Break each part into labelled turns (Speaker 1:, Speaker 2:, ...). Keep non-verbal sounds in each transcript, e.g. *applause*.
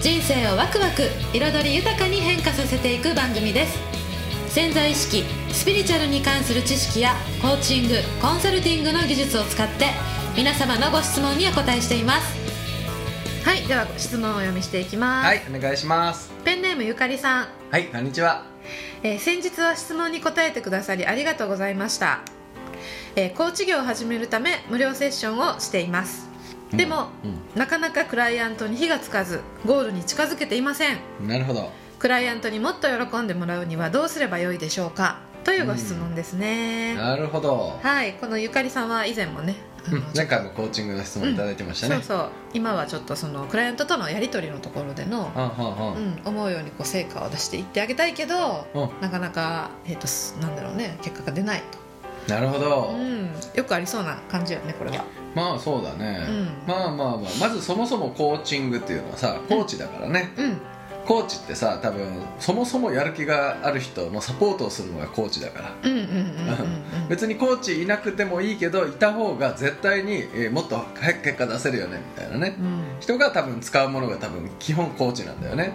Speaker 1: 人生をワクワク彩り豊かに変化させていく番組です潜在意識スピリチュアルに関する知識やコーチングコンサルティングの技術を使って皆様のご質問にお答えしていますはいでは質問をお読みしていきます、
Speaker 2: はいお願いします
Speaker 1: ペンネームゆかりさん
Speaker 2: はいこんにちは
Speaker 1: えー先日は質問に答えてくださりありがとうございました、えー、コーチ業を始めるため無料セッションをしていますでも、なかなかクライアントに火がつかずゴールに近づけていません
Speaker 2: なるほど
Speaker 1: クライアントにもっと喜んでもらうにはどうすればよいでしょうかというご質問ですね、
Speaker 2: なるほ *laughs* ど
Speaker 1: はいこのゆかりさんは以前もねあの
Speaker 2: うん前回もコーチングの質問いただいてました
Speaker 1: そう
Speaker 2: ね
Speaker 1: そう今はちょっとそのクライアントとのやり取りのところでの、
Speaker 2: うんうん
Speaker 1: う
Speaker 2: うん
Speaker 1: ん、思うようにこう成果を出していってあげたいけど、
Speaker 2: うん
Speaker 1: なかなか、えー、とすなんだろうね結果が出ない
Speaker 2: なるほ
Speaker 1: と、
Speaker 2: ど
Speaker 1: うん、よくありそうな感じよねこれは
Speaker 2: まあそうだね
Speaker 1: うん
Speaker 2: まあまあまあまずそもそもコーチングっていうのはさコーチだからね
Speaker 1: うん
Speaker 2: コーチってさ多分そもそもやる気がある人のサポートをするのがコーチだから
Speaker 1: うんうんうんうんうん
Speaker 2: 別にコーチいなくてもいいけどいた方が絶対に、えーもっと早く結果出せるよねみたいなね人が多分使うものが多分基本コーチなんだよね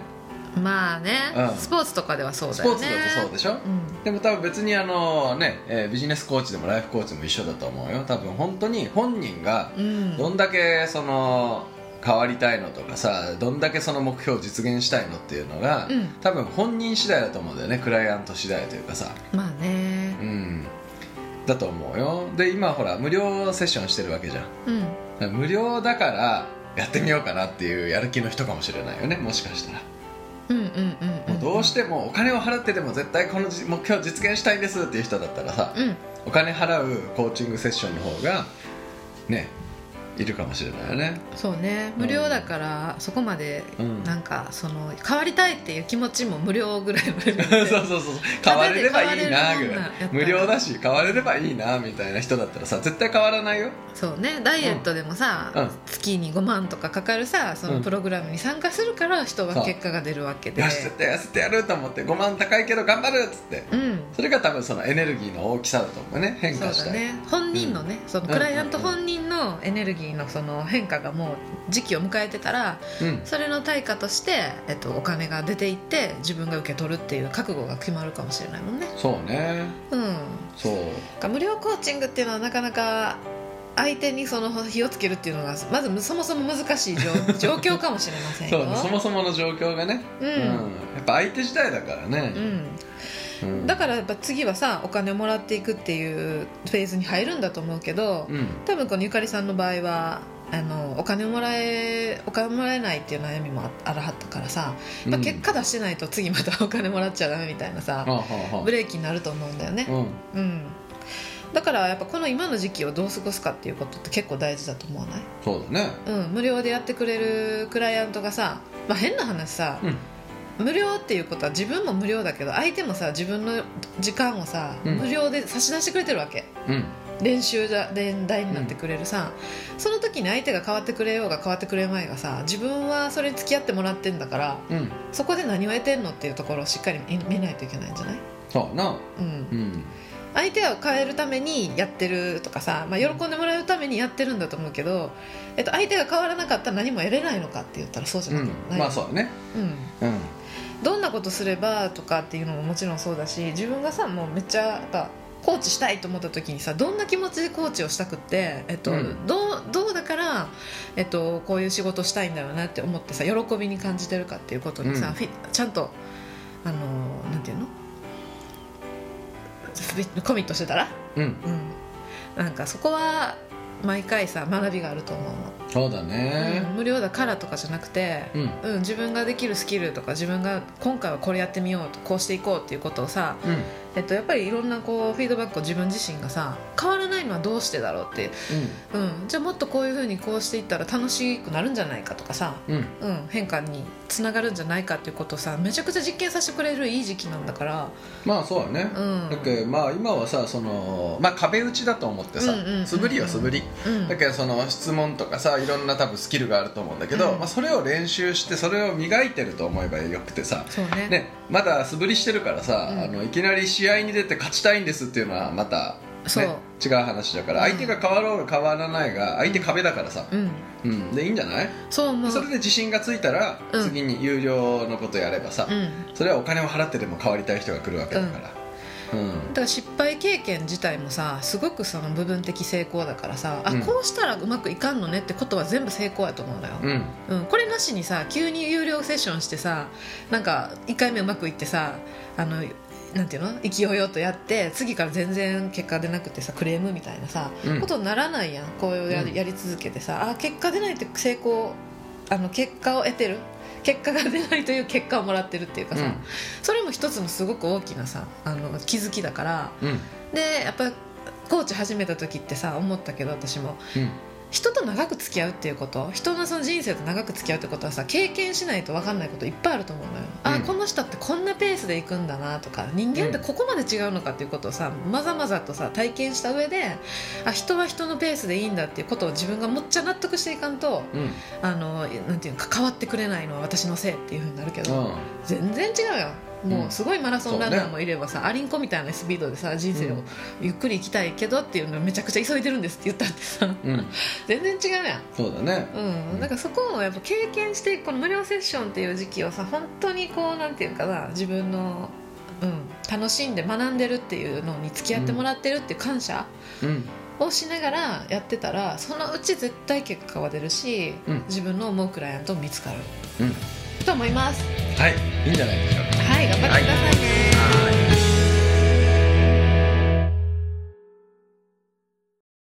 Speaker 1: うんまあね、
Speaker 2: うん
Speaker 1: スポーツとかではそう
Speaker 2: ス
Speaker 1: だ
Speaker 2: ポ
Speaker 1: よ
Speaker 2: ー
Speaker 1: ね
Speaker 2: ツだとそうでしょ、でも多分別にあのね、えービジネスコーチでもライフコーチでも一緒だと思うよ多分本当に本人が
Speaker 1: うん、う
Speaker 2: ど
Speaker 1: ん、
Speaker 2: んだけその変わりたいのとかさどんだけその目標を実現したいのっていうのが、
Speaker 1: うん
Speaker 2: 多分本人次第だと思うんだよねクライアント次第というかさ、
Speaker 1: まあね
Speaker 2: うん、だと思うよで今ほら無料セッションしてるわけじゃん
Speaker 1: うん
Speaker 2: 無料だからやってみようかなっていうやる気の人かもしれないよねもしかしたら
Speaker 1: うんうんうんうん
Speaker 2: もうどうしてもお金を払ってでも絶対このじ目標実現したいですっていう人だったらさ
Speaker 1: うん
Speaker 2: お金払うコーチングセッションの方がねいるかもしれないよね
Speaker 1: そうね無料だから、そこまで
Speaker 2: うん
Speaker 1: なんかその変わりたいっていう気持ちも無料ぐらいのレベルで
Speaker 2: *laughs* *laughs* そうそうそうそう変われればいいな
Speaker 1: 変われ
Speaker 2: ぐ
Speaker 1: るもん
Speaker 2: ら
Speaker 1: ないやっぱり
Speaker 2: 無料だし変われればいいなみたいな人だったらさ絶対変わらないよ
Speaker 1: そうねダイエットでもさ、
Speaker 2: うん
Speaker 1: 月に5万とかかかるさそ
Speaker 2: うん
Speaker 1: のプログラムに参加するから人
Speaker 2: そ
Speaker 1: が
Speaker 2: う
Speaker 1: 結果が出るわけで
Speaker 2: よし絶対痩せてやると思って5万高いけど頑張るっつって
Speaker 1: うん
Speaker 2: それが多分そのエネルギーの大きさだと思うね変
Speaker 1: そ
Speaker 2: 化
Speaker 1: う
Speaker 2: した
Speaker 1: だ
Speaker 2: い
Speaker 1: ね本人のね、そのクライアント本人のエネルギーのその変化がもう時期を迎えてたら
Speaker 2: うん
Speaker 1: それの対価として、えっと、お金が出ていって自分が受け取るっていう覚悟が決まるかもしれないもんね
Speaker 2: そうね
Speaker 1: うん
Speaker 2: そう
Speaker 1: 無料コーチングっていうのはなかなか相手にその火をつけるっていうのがまずそもそも難しい状状況かもしれませ
Speaker 2: *laughs*
Speaker 1: ん
Speaker 2: そ
Speaker 1: よ
Speaker 2: うそもそもの状況がね、
Speaker 1: うん
Speaker 2: やっぱ相手自体だからね
Speaker 1: う、ん
Speaker 2: うん
Speaker 1: だからやっぱ次はさお金をもらっていくっていうフェーズに入るんだと思うけど
Speaker 2: うん
Speaker 1: 多分このゆかりさんの場合はあのお金をもらえお金もらえないっていう悩みもああらはったからさやっぱ結果出してないと次また *laughs* お金もらっちゃダメみたいな
Speaker 2: うん
Speaker 1: さ
Speaker 2: はあはあはあ
Speaker 1: ブレーキになると思うんだよね、
Speaker 2: うん
Speaker 1: うん、だからやっぱこの今の時期をどう過ごすかっていうことって結構大事だと思わない、
Speaker 2: そうだね
Speaker 1: うん、無料でやってくれるクライアントがさ、まあ、変な話さ、
Speaker 2: うん
Speaker 1: 無料っていうことは自分も無料だけど相手もさ自分の時間をさ、
Speaker 2: うん
Speaker 1: 無料で差し出してくれてるわけ
Speaker 2: うん
Speaker 1: 練習だ練台になってくれるさ、その時に相手が変わってくれようが変わってくれまいがさ自分はそれに付き合ってもらってんだから
Speaker 2: うん
Speaker 1: そこで何を得てんのっていうところをしっかり見見ないといけないんじゃない、
Speaker 2: そうな
Speaker 1: うん
Speaker 2: う、ん
Speaker 1: 相手を変えるためにやってるとかさ、まあ、喜んでもらうためにやってるんだと思うけど、えっと、相手が変わらなかったら何も得れないのかって言ったらそうじゃ
Speaker 2: う
Speaker 1: なく
Speaker 2: ん
Speaker 1: ない、
Speaker 2: まあそうだね
Speaker 1: うん
Speaker 2: うん
Speaker 1: どんなことすればとかっていうのももちろんそうだし自分がさもうめっちゃやっぱコーチしたいと思った時にさどんな気持ちでコーチをしたくって、えっと
Speaker 2: うん
Speaker 1: どうどうだから、えっと、こういう仕事したいんだろうなって思ってさ喜びに感じてるかっていうことにさ、
Speaker 2: うん
Speaker 1: フィちゃんとあのなんていうのフィコミットしてたら、
Speaker 2: うん
Speaker 1: うん、なんかそこは毎回さ学びがあると思うの、
Speaker 2: そうだね
Speaker 1: うん無料だからとかじゃなくて、
Speaker 2: うん
Speaker 1: うん、自分ができるスキルとか自分が今回はこれやってみようとこうしていこうっていうことをさ
Speaker 2: うん
Speaker 1: えっと、やっぱりいろんなこうフィードバックを自分自身がさ変わらないのはどうしてだろうって、うん、じゃあもっとこういうふうにこうしていったら楽しくなるんじゃないかとかさ、
Speaker 2: うんうん
Speaker 1: うん、変化につながるんじゃないかっていうことをさめちゃくちゃ実験させてくれるいい時期なんだから、
Speaker 2: まあそうだね、
Speaker 1: うん、
Speaker 2: だけどまあ今はさその、まあ、壁打ちだと思ってさ、
Speaker 1: うんうんうんうん
Speaker 2: 素振りは素振り、
Speaker 1: うん
Speaker 2: だけどその質問とかさいろんな多分スキルがあると思うんだけど、
Speaker 1: うん
Speaker 2: まあ、それを練習してそれを磨いてると思えばよくてさ、
Speaker 1: そうね
Speaker 2: ね、まだ素振りしてるからさ、
Speaker 1: うん
Speaker 2: あのいきなり試合に出て勝ちたいんですっていうのはまた、
Speaker 1: そう、
Speaker 2: ね、違う話だから
Speaker 1: うん
Speaker 2: 相手が変わろうが変わらないが相手壁だからさ、
Speaker 1: うん、
Speaker 2: うん、でいいんじゃない、
Speaker 1: そう思う
Speaker 2: それで自信がついたら、
Speaker 1: うん
Speaker 2: 次に有料のことやればさ、
Speaker 1: うん、
Speaker 2: それはお金を払ってでも変わりたい人が来るわけだから。うん
Speaker 1: だから失敗経験自体もさすごくその部分的成功だからさ、
Speaker 2: うん
Speaker 1: あこうしたらうまくいかんのねってことは全部成功やと思うのよ、
Speaker 2: うん
Speaker 1: うんこれなしにさ急に有料セッションしてさなんか1回目うまくいってさあのなんていうの勢いよとやって次から全然結果出なくてさクレームみたいなさ、
Speaker 2: うん
Speaker 1: ことにならないやんこうや,、
Speaker 2: うん
Speaker 1: やり続けてさあ結果出ないって成功あの結果を得てる結果が出ないという結果をもらってるっていうかさ、
Speaker 2: うん
Speaker 1: それも一つのすごく大きなさあの気づきだから
Speaker 2: うん
Speaker 1: でやっぱコーチ始めた時ってさ思ったけど私も
Speaker 2: うん
Speaker 1: 人と長く付き合うっていうこと人のその人生と長く付き合うってことはさ経験しないと分かんないこといっぱいあると思うの
Speaker 2: う
Speaker 1: よ、あ
Speaker 2: ん
Speaker 1: この人ってこんなペースで行くんだなとか人間ってここまで違うのかっていうことをさまざまざとさ体験した上であ人は人のペースでいいんだっていうことを自分がもっちゃ納得していかんと
Speaker 2: うん
Speaker 1: あのなんていうか変わってくれないのは私のせいっていうふうになるけど、
Speaker 2: うん
Speaker 1: 全然違うよもうすごいマラソンランナーもいればさ、アリンコみたいなスピードでさ人生
Speaker 2: う
Speaker 1: を
Speaker 2: ん
Speaker 1: ゆっくり行きたいけどっていうのをめちゃくちゃ急いでるんですって言ったっ
Speaker 2: *laughs*
Speaker 1: てさ
Speaker 2: うん
Speaker 1: 全然違うやん
Speaker 2: そうだね
Speaker 1: うん、なんかそこをやっぱ経験してこの無料セッションっていう時期をさ本当にこうなんていうかな自分の、うん、楽しんで学んでるっていうのに付き合ってもらってるっていう感謝
Speaker 2: うん
Speaker 1: をしながらやってたらそのうち絶対結果は出るし、
Speaker 2: うん
Speaker 1: 自分の思うクライアントも見つかる
Speaker 2: うん
Speaker 1: と思います
Speaker 2: はいいいんじゃないでしょうか
Speaker 1: はい頑張ってくださいね、
Speaker 2: はい